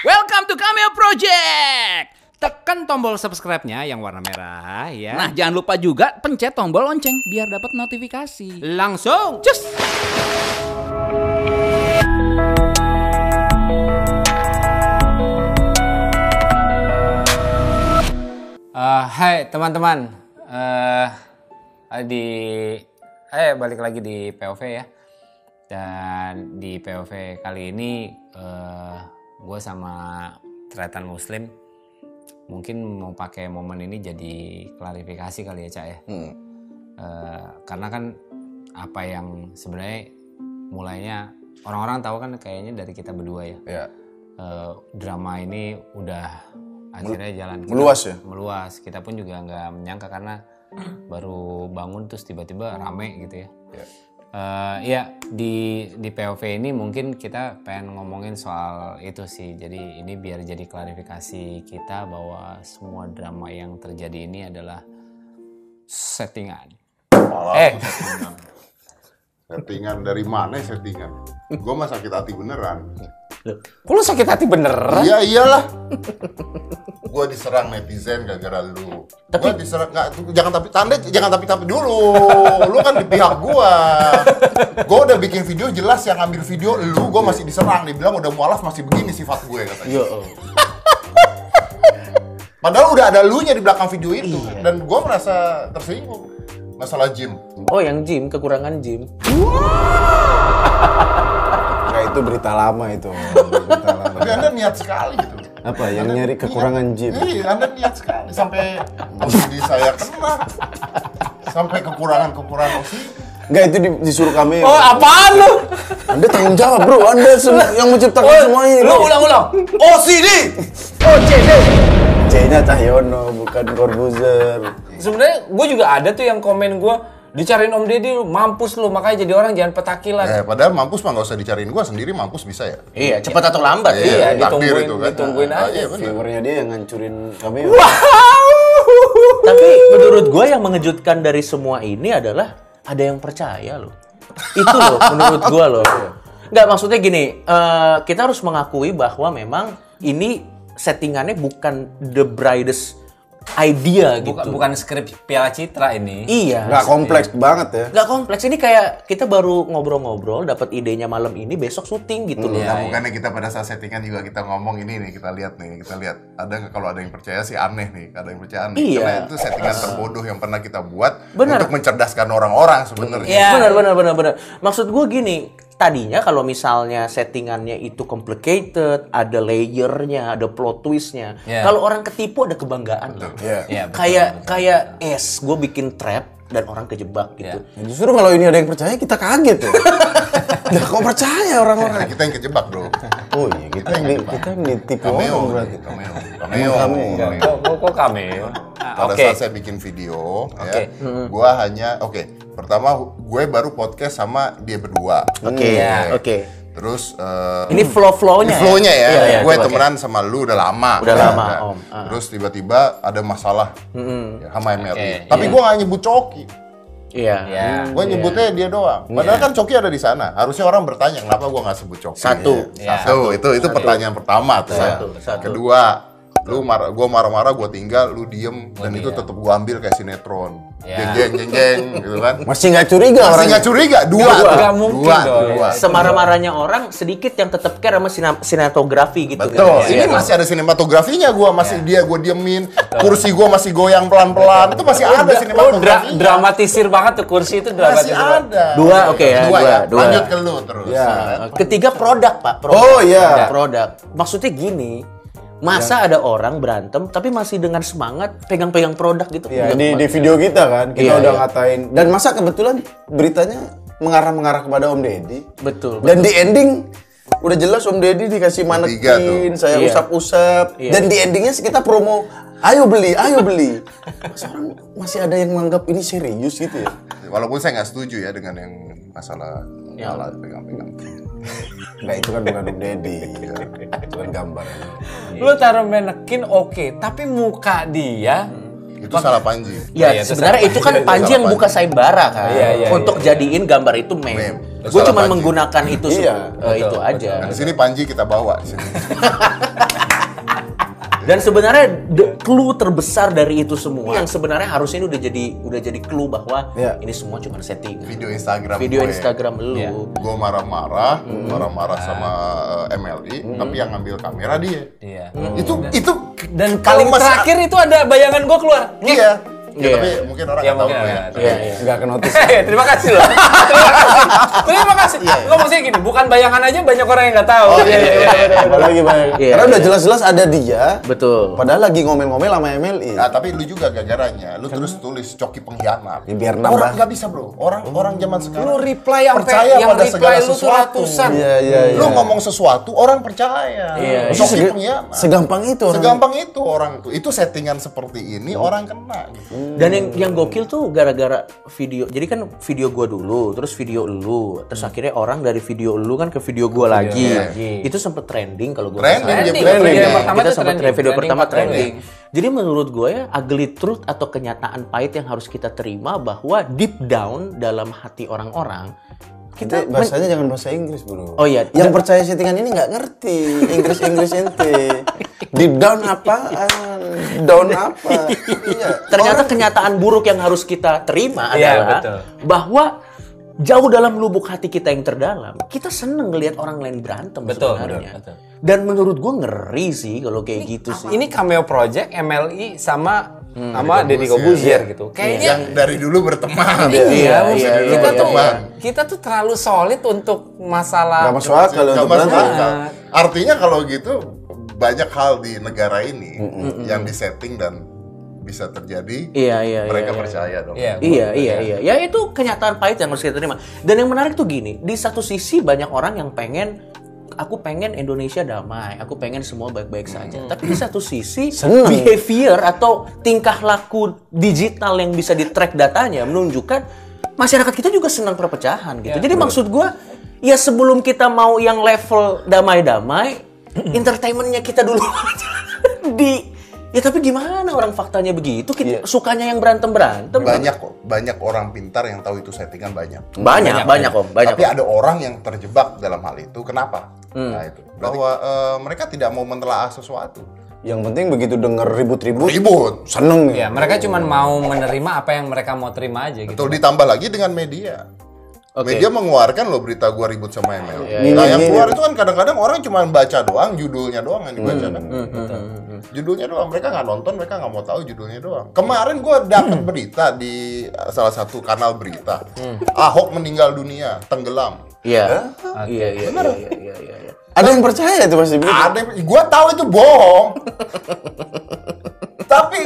welcome to Cameo Project. Tekan tombol subscribe-nya yang warna merah ya. Nah, jangan lupa juga pencet tombol lonceng biar dapat notifikasi. langsung. Cus. Eh, hai teman-teman. Eh di eh balik lagi di POV ya. Dan di POV kali ini eh gue sama Tretan Muslim mungkin mau pakai momen ini jadi klarifikasi kali ya Cak ya. Hmm. Eh, karena kan apa yang sebenarnya mulainya orang-orang tahu kan kayaknya dari kita berdua ya. Ya, eh, drama ini udah akhirnya jalan Kita- meluas ya? meluas kita pun juga nggak menyangka karena baru bangun terus tiba-tiba rame gitu ya ya. Eh, ya di di POV ini mungkin kita pengen ngomongin soal itu sih jadi ini biar jadi klarifikasi kita bahwa semua drama yang terjadi ini adalah settingan Malah eh settingan dari mana settingan? Gue mah sakit hati beneran. kok lu sakit hati beneran Iya iyalah. Gue diserang netizen gara-gara lu. Gue diserang nggak jangan tapi tanda jangan tapi tapi dulu. Lu kan di pihak gua. Gua udah bikin video jelas yang ambil video lu gua masih diserang dibilang udah mualaf masih begini sifat gue katanya. Padahal udah ada lu nya di belakang video itu dan gua merasa tersinggung masalah gym. Oh yang gym, kekurangan gym. Nah, itu berita lama itu. Berita lama. Tapi anda niat sekali gitu. Apa yang nyari kekurangan gym? Iya, Anda niat sekali sampai OCD saya kena. Sampai kekurangan-kekurangan OCD. Enggak itu di- disuruh kami. Oh apaan lu? Anda tanggung jawab, Bro. Anda sem- yang Oh, menciptakan semuanya. Lu ulang-ulang. OCD. OCD. C-nya Cahyono, bukan Corbuzier. Sebenarnya gue juga ada tuh yang komen gue dicariin Om Deddy lu mampus lu makanya jadi orang jangan petakilan. Eh, padahal mampus mah nggak usah dicariin gua sendiri mampus bisa ya. Iya, cepat atau lambat. Iya, takdir ditungguin, ditungguin Ah, aja. iya, bener. Viewernya dia yang ngancurin kami. Tapi menurut gue yang mengejutkan dari semua ini adalah ada yang percaya loh. Itu loh menurut gue loh. Nggak maksudnya gini, eh, kita harus mengakui bahwa memang ini settingannya bukan the brightest bukan idea gitu. bukan skrip Piala Citra ini Iya. Enggak kompleks banget ya. Nggak kompleks ini kayak kita baru ngobrol-ngobrol dapat idenya malam ini besok syuting gitu loh. Iya. Nah, bukannya kita pada saat settingan juga kita ngomong ini nih, kita lihat nih, kita lihat ada nggak kalau ada yang percaya sih aneh nih, ada yang percaya aneh. Iya. Karena itu settingan terbodoh yang pernah kita buat Benar. untuk mencerdaskan orang-orang sebenarnya. Iya. Benar, benar, benar, benar. Maksud gue gini, tadinya kalau misalnya settingannya itu complicated, ada layernya, ada plot twistnya. Iya. Kalau orang ketipu ada kebanggaan loh. Ya, Iya, betul, kayak kayak es, gue bikin trap dan orang kejebak gitu. Ya, Justru kalau ini ada yang percaya kita kaget ya. Nah, kok percaya Nah, orang-orang? kita yang kejebak, Bro. Oh iya, kita yang di- kita yang ditipu Cameo, orang berarti. berarti. Cameo. Cameo. Oh, Cameo. Cameo. kok kok, kok cameo? Ah, Pada oke saat saya bikin video, Hmm. ya, gua hanya, oke, pertama hu- gue baru podcast sama dia berdua. Oke, ya, Iya. oke. Terus eh, Ini flow flownya. Iya, flow-nya ya, gue temenan sama lu udah lama. Udah Ya, lama, ya. Om. Ah. Hmm. Terus tiba-tiba ada masalah ya, sama MRI. Oke, Tapi gue gak nyebut Coki, Iya. ya gue nyebutnya dia doang. Padahal kan Coki ada di sana. Harusnya orang bertanya kenapa gue gak sebut Coki. Satu. Iya. Satu. Itu itu pertanyaan pertama tuh. ya. Satu, satu. Kedua, lu marah, gue marah-marah, gue tinggal, lu diem, dan itu tetap gue ambil kayak sinetron. Ya. Jeng jeng jeng jeng gitu kan. Masih nggak curiga Masih orangnya. nggak curiga dua, Dua. tuh. Nggak mungkin dua, dong. dua. Semarah-marahnya orang sedikit yang tetap care sama sina- sinematografi gitu. Betul. iya. kan. ini masih ada sinematografinya gua masih dia gua diemin, kursi gua masih goyang pelan-pelan. Itu masih Oh, ada dra- sinematografinya. dramatisir banget tuh kursi itu masih dramatisir banget. ada. Dua, oke ya, Iya. Dua, dua, dua. Lanjut ke lu terus. Ya. Ketiga produk, Pak. Produk. Oh, iya. Produk. Maksudnya gini, masa ada orang berantem tapi masih dengan semangat pegang-pegang produk gitu. Ya, Enggak, di, Pak. di video kita kan, kita Iya, udah iya. ngatain. Dan masa kebetulan beritanya mengarah-mengarah kepada Om Deddy. Betul, Dan di ending, udah jelas Om Deddy dikasih manekin, saya Iya. usap-usap. Iya. Dan di endingnya kita promo, ayo beli, ayo beli. Masa orang masih ada yang menganggap ini serius gitu ya? Walaupun saya nggak setuju ya dengan yang masalah alat pegang-pegang. Nah itu kan bukan Om Deddy, itu kan gambar. Lu taruh manekin oke, tapi muka dia Hmm. Itu salah Panji. Nah, Ya, Iya, itu sebenarnya salah itu kan Panji. Panji yang Salah buka sayembara kan Iya, iya, untuk iya. jadiin gambar itu Meme. meme. Itu Gue salah cuma Panji. menggunakan itu se- Iya, eh, itu aja. Nah, di sini Panji kita bawa di sini. Dan sebenarnya the clue terbesar dari itu semua yang sebenarnya harusnya ini udah jadi udah jadi clue bahwa Iya. ini semua cuma setting. Video Instagram Video gue. Instagram lu. Gue marah-marah, marah-marah sama eh, MLI, tapi yang ngambil kamera dia. Iya. Itu itu Dan kalau paling mas- terakhir itu ada bayangan gue keluar. Iya. Ya, Iya. tapi mungkin orang Iya, nggak tahu mungkin gue ya. nggak tahu. Iya, iya. Nggak kenotis. Eh, terima kasih loh. Terima kasih. Terima kasih. Iya, Lo maksudnya gini, bukan bayangan aja banyak orang yang nggak tahu. iya, iya, iya. Apalagi banyak. Iya. Karena udah jelas-jelas ada dia. Betul. Padahal lagi ngomel-ngomel sama MLI. Nah, tapi lu juga gara-garanya, lu terus tulis coki pengkhianat. Ya, biar nambah. Orang nggak bisa bro, orang orang zaman sekarang. Lu reply sampai- percaya yang pada reply segala lu tuh sesuatu. ratusan. Iya, iya, iya. Lu ngomong sesuatu, orang percaya. Iya, Maksudnya Coki sege- pengkhianat. Segampang itu orang. Segampang itu orang tuh. Itu settingan seperti ini orang kena. Gitu. Dan yang yang gokil tuh gara-gara video. Jadi kan video gua dulu, terus video lu, terus akhirnya orang dari video lu kan ke video gua lagi. Itu sempet trending kalau gua nggak Trending, salah. dia Trending. trending. Video ya. pertama kita tuh sempat trending. video pertama Trending. trending. Jadi menurut gue ya ugly truth atau kenyataan pahit yang harus kita terima bahwa deep down dalam hati orang-orang Kita kita men- bahasanya jangan bahasa Inggris, Bro. Oh, iya. Yang percaya settingan ini nggak ngerti Inggris-Inggris ente. Deep down apaan? Down apa? Iya. ternyata kenyataan buruk yang harus kita terima Iya, adalah betul. bahwa jauh dalam lubuk hati kita yang terdalam kita seneng ngelihat orang lain berantem Betul, sebenarnya. betul, betul. Dan menurut gue ngeri sih kalau kayak gitu sih. Ini cameo project MLI sama sama Deddy Kobuzier gitu. Kayaknya Yang dari dulu berteman. Iya, Dari iya, dulu kita tuh berteman. kita tuh terlalu solid untuk Gak masalah masuk Nggak akal untuk masuk berantem. akal. Artinya kalau gitu banyak hal di negara ini yang disetting dan bisa terjadi. Iya iya iya. mereka iya. percaya dong. Iya. Iya, iya, iya. Ya itu kenyataan pahit yang harus kita terima. Dan yang menarik tuh gini, di satu sisi banyak orang yang pengen aku pengen Indonesia damai, aku pengen semua baik-baik saja. Tapi di satu sisi Seneng. behavior atau tingkah laku digital yang bisa di track datanya menunjukkan masyarakat kita juga senang perpecahan gitu. Jadi maksud gua ya sebelum kita mau yang level damai-damai, entertainmentnya kita dulu aja di Ya tapi gimana orang faktanya begitu? Kita sukanya yang berantem-berantem. Banyak kok, banyak orang pintar yang tahu itu settingan banyak. Banyak, banyak, om, banyak. Tapi ada orang yang terjebak dalam hal itu. Kenapa? Hmm. Nah, itu. Bahwa eh, mereka tidak mau menelaah sesuatu. Yang penting begitu denger ribut-ribut, Ribut. seneng ya Iya. mereka cuma mau menerima apa yang mereka mau terima aja gitu. Betul kan. ditambah lagi dengan media. Media mengeluarkan loh berita gua ribut sama ML. iya, Nah, iya, yang iya. keluar itu kan kadang-kadang orang cuma baca doang, judulnya doang yang dibaca Hmm, kan. Judulnya doang, mereka nggak nonton, mereka nggak mau tahu judulnya doang. Kemarin gua dapat Hmm. berita di uh, salah satu kanal berita, Ahok meninggal dunia, tenggelam. Iya. Iya, iya, iya, iya, iya, iya. Ah, Ada yang percaya itu pasti begitu. Ada, gua tahu itu bohong. Tapi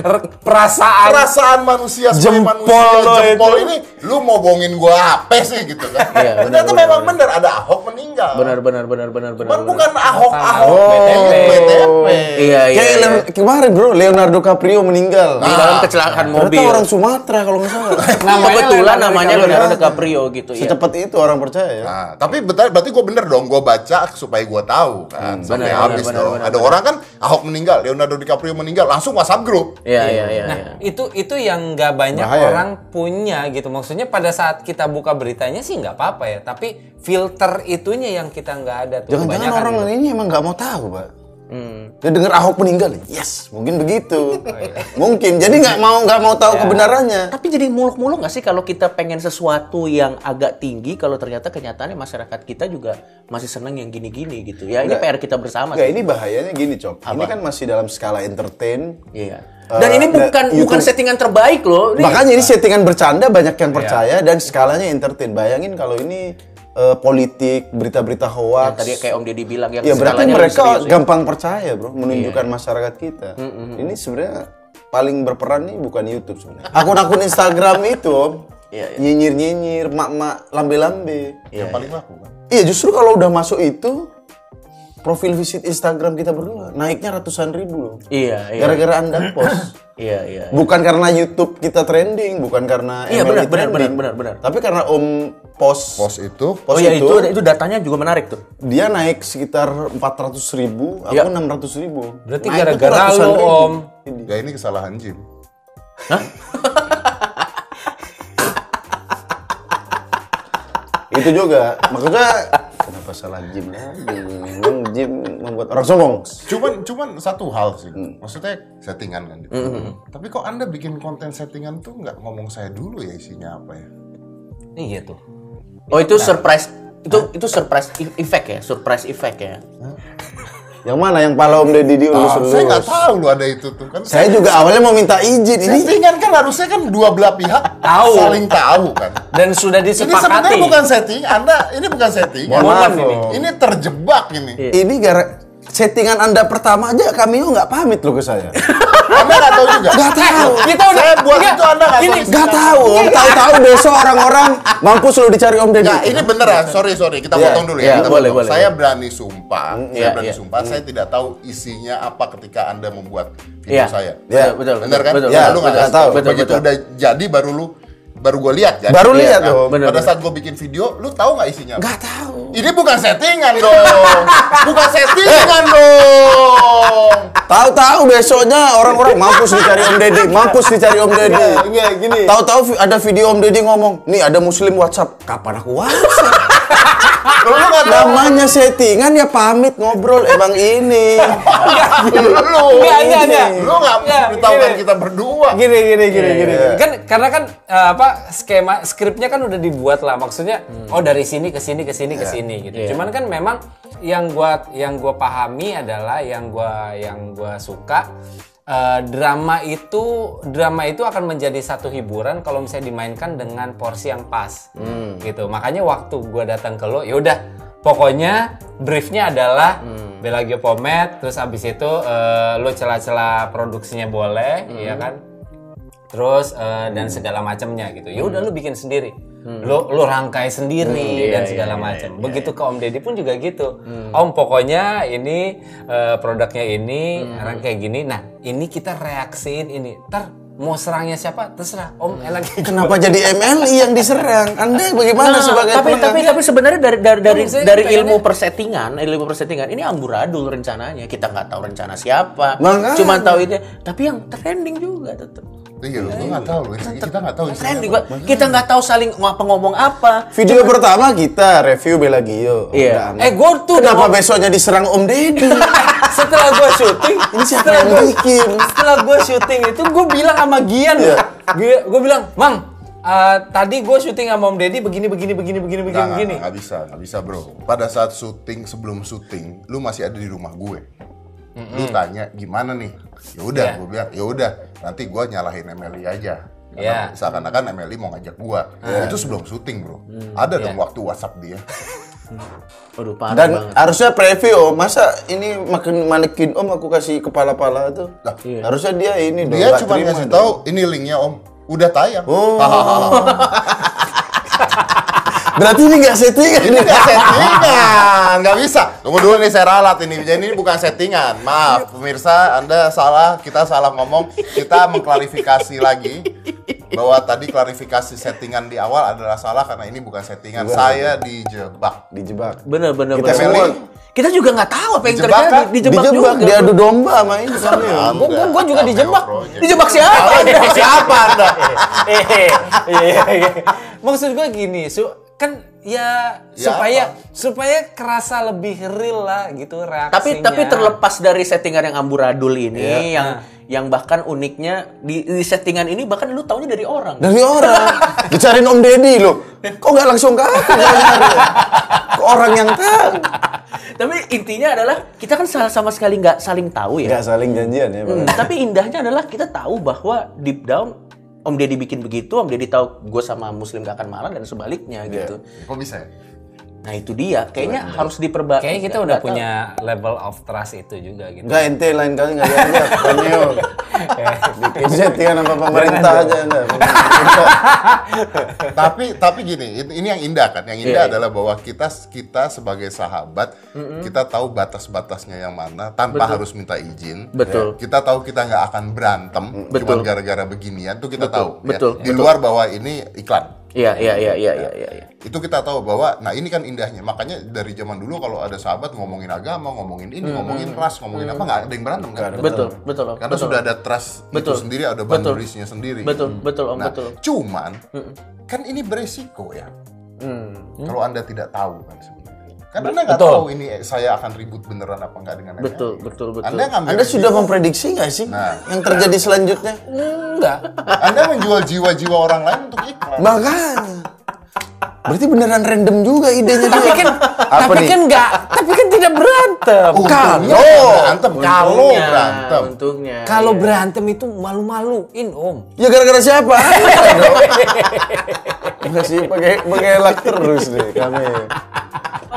R- perasaan perasaan manusia sebagai Jempol manusia lo jempol itu. ini, lu mau bohongin gua apa sih gitu kan? Iya, benar, Ternyata benar, memang benar ada Ahok meninggal. Benar, benar, benar, benar, benar. Cuman benar. bukan Ahok Ahok BTP. Iya, iya. Kayak iya. Leon- kemarin bro, Leonardo DiCaprio meninggal. Di dalam kecelakaan mobil. Ternyata orang Sumatera kalau nggak salah. Namanya kebetulan Leonardo namanya DiCaprio. Leonardo DiCaprio gitu ya. Secepat itu orang percaya ya. Nah, tapi betul berarti gue bener dong, gue baca supaya gue tahu kan sampai bener, habis bener, dong. bener, Ada orang kan Ahok meninggal, Leonardo DiCaprio meninggal, langsung WhatsApp grup. Iya, iya, iya, Nah, iya. itu itu yang nggak banyak Bahaya. ya? orang punya gitu. Maksudnya pada saat kita buka beritanya sih nggak apa-apa ya, tapi filter itunya yang kita nggak ada tuh. Jangan-jangan kebanyakan orang gitu. ini emang nggak mau tahu, Pak. Dia dengar Ahok meninggal, yes, mungkin begitu. mungkin. Jadi nggak mau nggak mau tahu kebenarannya. Tapi jadi muluk-muluk nggak sih kalau kita pengen sesuatu yang agak tinggi kalau ternyata kenyataannya masyarakat kita juga masih seneng yang gini-gini gitu. Ya ini PR kita bersama Nggak, sih. ini bahayanya gini, Cok. Ini kan masih dalam skala entertain. Iya. Eh, Dan ini dan bukan itu- bukan settingan terbaik loh. Ini Makanya ini settingan bercanda banyak yang percaya dan skalanya entertain. Bayangin kalau ini eh, politik, berita-berita hoax. tadi kayak Om Deddy bilang yang Ya berarti skalanya lebih mereka serius ya. gampang percaya bro, menunjukkan Iya. masyarakat kita. Ini sebenarnya paling berperan nih bukan YouTube sebenarnya. Akun-akun Instagram itu Om, Iya, nyinyir-nyinyir, mak-mak lambe-lambe. yang paling laku kan. Iya justru kalau udah masuk itu, profil visit Instagram kita berdua naiknya ratusan ribu loh. Iya, iya. Gara-gara anda post. Iya, iya. Bukan karena YouTube kita trending, bukan karena Iya, MLB benar, benar, trending. benar, benar, benar. Tapi karena Om post, Pos itu post oh iya itu itu datanya juga menarik tuh. dia naik sekitar 400 ribu, aku Ya. 600 ribu. Berarti Naik "Nah, itu gara-gara ratusan lu, ribu. Om. ya ini kesalahan Jim. Itu juga, maksudnya kenapa salah gym lagi? Memang gym membuat buat orang sombong. Cuman cuman satu hal sih. Hmm. Maksudnya settingan kan. gitu. Tapi kok Anda bikin konten settingan tuh nggak ngomong saya dulu ya isinya apa ya? Iya tuh. Nah. Oh itu surprise itu itu surprise e- effect ya, surprise effect ya. Yang mana yang pala Om Deddy Ah, diurus saya nggak tahu lu ada itu tuh kan. Saya juga awalnya mau minta izin ini. settingan kan harusnya kan dua belah pihak Tahu. saling tahu kan. Dan sudah Ini sebenarnya disepakati. Nah, bukan setting, Anda ini bukan setting. Mohon maaf, Iya. ini. Om. Ini terjebak ini. Ini gara settingan Anda pertama aja kami oh nggak pamit loh ke saya. Anda nggak tahu juga. Nggak tahu. Kita udah Saya buat Enggak, itu Anda nggak tahu. gini, isinya. Gak tahu, Om. Tahu-tahu besok orang-orang mampus lu dicari Om Deddy. Nggak, Ya, ini beneran. Sorry, sorry. Kita Gitu. Iya, potong dulu iya, ya. Kita boleh, potong. boleh, saya berani sumpah. saya iya, berani iya. sumpah. Saya tidak tahu isinya apa ketika Anda membuat video Iya. saya. Iya, betul, Bener betul, kan? betul, Nah, betul, lu nggak betul, tahu. betul, Begitu betul. udah jadi baru lu baru gue lihat kan. Baru lihat kan? dong. Bener, Pada bener. saat gue bikin video, lu tahu nggak isinya? apa? Gak tahu. Ini bukan settingan dong. bukan settingan dong. Tahu-tahu besoknya orang-orang mampus dicari Om Deddy, mampus dicari Om Deddy. Enggak, gini. Tahu-tahu vi- ada video Om Deddy ngomong, nih ada Muslim WhatsApp. Kapan aku WhatsApp? Lu nggak tahu. Namanya settingan ya pamit ngobrol emang ini. Lu. Enggak, enggak, enggak. Lu nggak Enggak, beritahu kan gini. kita berdua. gini gini gini gini kan karena kan eh, apa skema skripnya kan udah dibuat lah maksudnya oh dari sini ke sini ke sini ke sini gitu cuman kan memang yang gua yang gua pahami adalah yang gua yang gua suka eh, drama itu drama itu akan menjadi satu hiburan kalau misalnya dimainkan dengan porsi yang pas gitu makanya waktu gua datang ke lo yaudah Pokoknya briefnya adalah Bellagio Pomet, terus abis itu eh, lo celah-celah produksinya boleh, ya kan? terus eh, dan Hmm. segala macamnya gitu. Ya udah lu bikin sendiri. Lu lu rangkai sendiri Hmm, iya, dan segala macam. Begitu ke Om Deddy pun juga gitu. Om pokoknya ini eh, produknya ini Hmm. rangkai gini. Nah, ini kita reaksiin ini. Ter mau serangnya siapa terserah. Om Hmm. enak kayak gitu. Kenapa jadi MLI yang diserang? Anda bagaimana Nah, sebagai tapi penengah? tapi tapi sebenarnya dari dari dari, Maksudnya dari pengennya- ilmu persettingan, ilmu persettingan ini amburadul rencananya. Kita nggak tahu rencana siapa. Makanya. Cuman tahu itu. Tapi yang trending juga tetap. Iya, lu nggak tahu. lu. Kita nggak tahu isinya. Trending. Pak. Kita nggak tahu saling ngapa ngomong apa. Video pertama kita review Belagio. Iya. Udah, Eh, gue tuh udah Kenapa ngom- besoknya diserang Om Deddy? setelah gue syuting, Ini siapa setelah yang gua- bikin? Setelah gue syuting itu gue bilang sama Gian, Iya. gue bilang, Mang, eh, tadi gue syuting sama Om Deddy begini begini begini begini begini Nggak, nggak, begini. nggak, nggak bisa, nggak bisa bro. Pada saat syuting, sebelum syuting, lu masih ada di rumah gue. Lu tanya gimana nih? Ya udah, Iya. gue bilang ya udah. Nanti gue nyalahin Emily aja. Iya. Karena Seakan-akan Emily mau ngajak gue. Itu sebelum syuting bro. Ada dong waktu WhatsApp dia. Waduh, parah Dan banget. harusnya preview, masa ini makin manekin Om aku kasih kepala-pala tuh. Lah, Harusnya dia ini dong. Dia nggak cuma terima ngasih dong. tahu Oh. ini linknya om. Udah tayang. Berarti ini nggak settingan. Ini nggak settingan, nggak bisa. Tunggu dulu nih saya ralat ini. Jadi ini bukan settingan. Maaf pemirsa, Anda salah, kita salah ngomong. Kita mengklarifikasi lagi bahwa tadi klarifikasi settingan di awal adalah salah karena ini bukan settingan. Iya. Saya dijebak. Dijebak. Bener bener Kita bener. semua Kita juga nggak tahu apa yang Dijebak, terjadi. kan? Dijebak, Dijebak, juga. diadu domba sama Iya, ini sama ya. Anda, Gue gue juga Anda dijebak. project. Dijebak siapa? Siapa Anda? Eh, iya, iya. Maksud gue gini, su- kan ya, Ya supaya apa? supaya kerasa lebih real lah gitu reaksinya. Tapi tapi terlepas dari settingan yang amburadul ini yang yang bahkan uniknya di, di settingan ini bahkan lu taunya dari orang. Dari orang. Dicariin Om Deddy loh. Kok nggak langsung ke aku? Bang Mario? Ke orang yang tahu. tapi intinya adalah kita kan sama, sama sekali nggak saling tahu ya. Nggak saling janjian ya, Bang. Hmm, tapi indahnya adalah kita tahu bahwa deep down Om Deddy bikin begitu, Om Deddy tahu gue sama Muslim gak akan marah dan sebaliknya gitu. Kok bisa ya? Nah itu dia, kayaknya harus diperbaiki. Kayaknya kita udah punya level of trust itu juga gitu. Enggak ente lain kali nggak diajak, Panio. Eh, Bikin settingan sama pemerintah aja anda. tapi tapi gini ini ini yang indah kan yang Iya, indah adalah bahwa kita kita sebagai sahabat kita tahu batas-batasnya yang mana tanpa harus minta izin Betul. Ya, kita tahu kita nggak akan berantem cuma Betul. gara-gara beginian tuh kita tahu ya. betul, di luar bahwa ini iklan Iya, iya, iya, iya, iya, iya. iya. itu kita tahu bahwa nah ini kan indahnya makanya dari zaman dulu kalau ada sahabat ngomongin agama ngomongin ini ngomongin ras ngomongin apa nggak ada yang berantem kan Betul, betul. Om. karena betul. sudah ada trust Betul. itu sendiri ada Betul. boundariesnya sendiri Betul, betul, Om, Nah, betul. Hmm. cuman kan ini beresiko ya. Kalau Anda tidak tahu kan sebenarnya. Kan Anda nggak Betul. tahu ini eh, saya akan ribut beneran apa nggak dengan NNI. Betul, betul, betul. Anda ngambil Anda risiko. sudah memprediksi nggak sih Nah. yang terjadi selanjutnya? Anda menjual jiwa-jiwa orang lain untuk iklan. Makanya. Berarti beneran random juga idenya dia. Tapi kan, Apa tapi nih? kan nggak, tapi kan tidak berantem. Untungnya kalau- nggak berantem, Uh, kalau Untungnya, berantem. Untungnya. Kalau iya. berantem itu malu-maluin om. Ya gara-gara siapa? Anda dong. Masih pakai mengelak terus nih kami.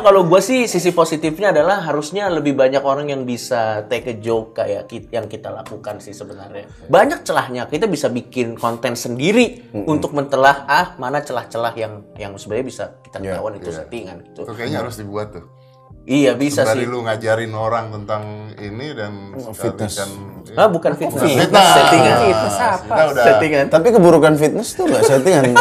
Kalau gue sih sisi positifnya adalah harusnya lebih banyak orang yang bisa take a joke kayak ki- yang kita lakukan sih sebenarnya. Banyak celahnya kita bisa bikin konten sendiri untuk mentelah ah mana celah-celah yang yang sebenarnya bisa kita Iya, ketahuan itu settingan gitu. Itu kayaknya harus dibuat tuh. Iya bisa Dari sih. lu ngajarin orang tentang ini dan fitness. Dan, Ah bukan fitness. Fitness. Settingan. Fitness apa? Kita udah Settingan. Tapi keburukan fitness tuh nggak settingan.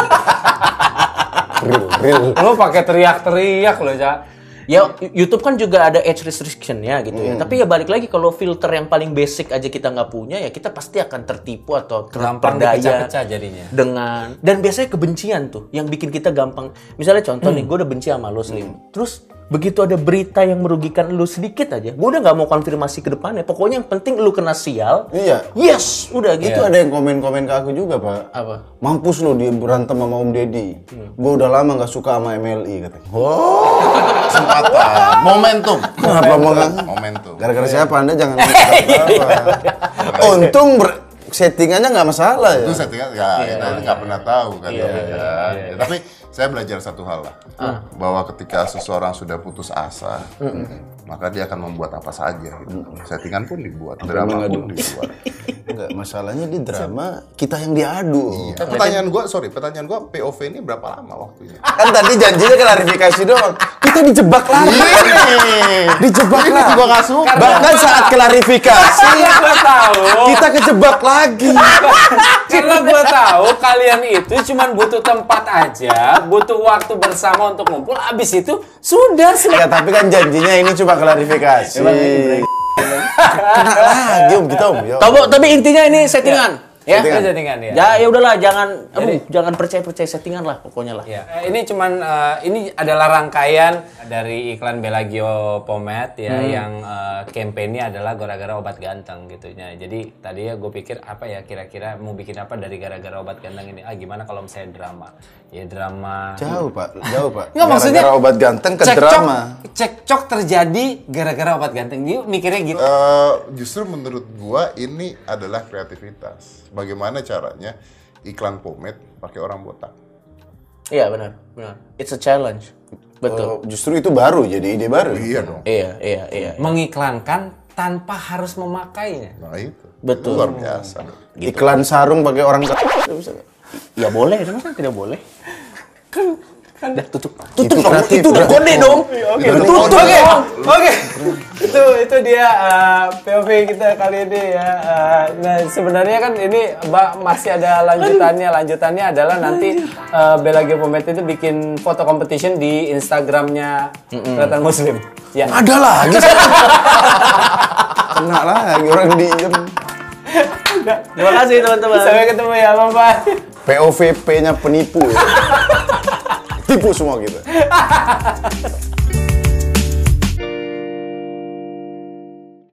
Real, real. Lo pakai teriak-teriak loh, Cak. Ya YouTube kan juga ada age restriction-nya gitu Hmm. ya. Tapi ya balik lagi kalau filter yang paling basic aja kita nggak punya ya kita pasti akan tertipu atau Gampang terperdaya. dipecah-pecah jadinya. dengan dan biasanya kebencian tuh yang bikin kita gampang misalnya contoh Hmm. nih gue udah benci sama lo Slim terus begitu ada berita yang merugikan lu sedikit aja gue udah nggak mau konfirmasi ke depannya pokoknya yang penting lu kena sial Iya. yes udah gitu Itu Iya. ada yang komen-komen ke aku juga, Pak. Apa? Mampus lo dia berantem sama Om Deddy. Gue udah lama nggak suka sama MLI katanya. Oh, kesempatan, momentum. Kenapa mau nggak? Momentum. Gara-gara siapa Anda jangan apa Untung ber- settingannya nggak masalah ya. itu settingan nggak kita nggak pernah tahu kan tapi kan. Ya, tapi saya belajar satu hal lah bahwa ketika seseorang sudah putus asa maka dia akan membuat apa saja gitu. settingan pun dibuat drama pun dibuat Enggak, masalahnya di drama kita yang diadu. Iya. Eh, pertanyaan gua sorry pertanyaan gua POV ini berapa lama waktunya Kan tadi janjinya klarifikasi doang. Kita dijebak lagi. Iya. dijebak Ini lagi. gua nggak suka. Bahkan saat klarifikasi Gue tahu. kita kejebak lagi. Karena gue tahu kalian itu cuman butuh tempat aja, butuh waktu bersama untuk ngumpul. Abis itu sudah selesai. ya tapi kan janjinya ini cuma klarifikasi. Kena lagi om kita om. Ya. Tapi, tapi intinya ini settingan Ya, ya itu settingan ya. ya ya udahlah jangan aduh, jangan percaya percaya settingan lah pokoknya lah Ya, eh, ini cuman eh, ini adalah rangkaian dari iklan Belagio Pomet ya yang eh, kampanye adalah gara-gara obat ganteng gitu ya. Jadi tadi ya gue pikir apa ya kira-kira mau bikin apa dari gara-gara obat ganteng ini? Ah gimana kalau misalnya drama? Ya drama. Jauh pak, jauh pak. Nggak, maksudnya Gara-gara obat ganteng ke cekcok- drama. Cekcok terjadi gara-gara obat ganteng. Dia mikirnya gitu. Eh, justru menurut gua ini adalah kreativitas bagaimana caranya iklan pomade pakai orang botak iya benar benar it's a challenge Oh, betul justru itu baru jadi ide baru. Gitu. iya dong iya iya iya Mengiklankan tanpa harus memakainya. nah itu Betul. luar biasa Iklan sarung pakai orang Itu bisa nggak? Ya boleh, kenapa tidak boleh? Kan, kan dah tutup. Tutup Itu dong, kreatif, itu udah kreatif. kode dong. oke. Tutup Oke. dong. Oke, itu itu dia uh, POV kita kali ini ya. Uh, nah sebenarnya kan ini Mbak masih ada lanjutannya. Lanjutannya adalah nanti uh, Bella Gepomet itu bikin foto competition di Instagramnya Kelihatan Muslim. Ya. Ada lagi. Kena lagi orang diem. Terima kasih teman-teman. Sampai ketemu ya, bye bye. POVP-nya penipu. ya. Tipu semua kita.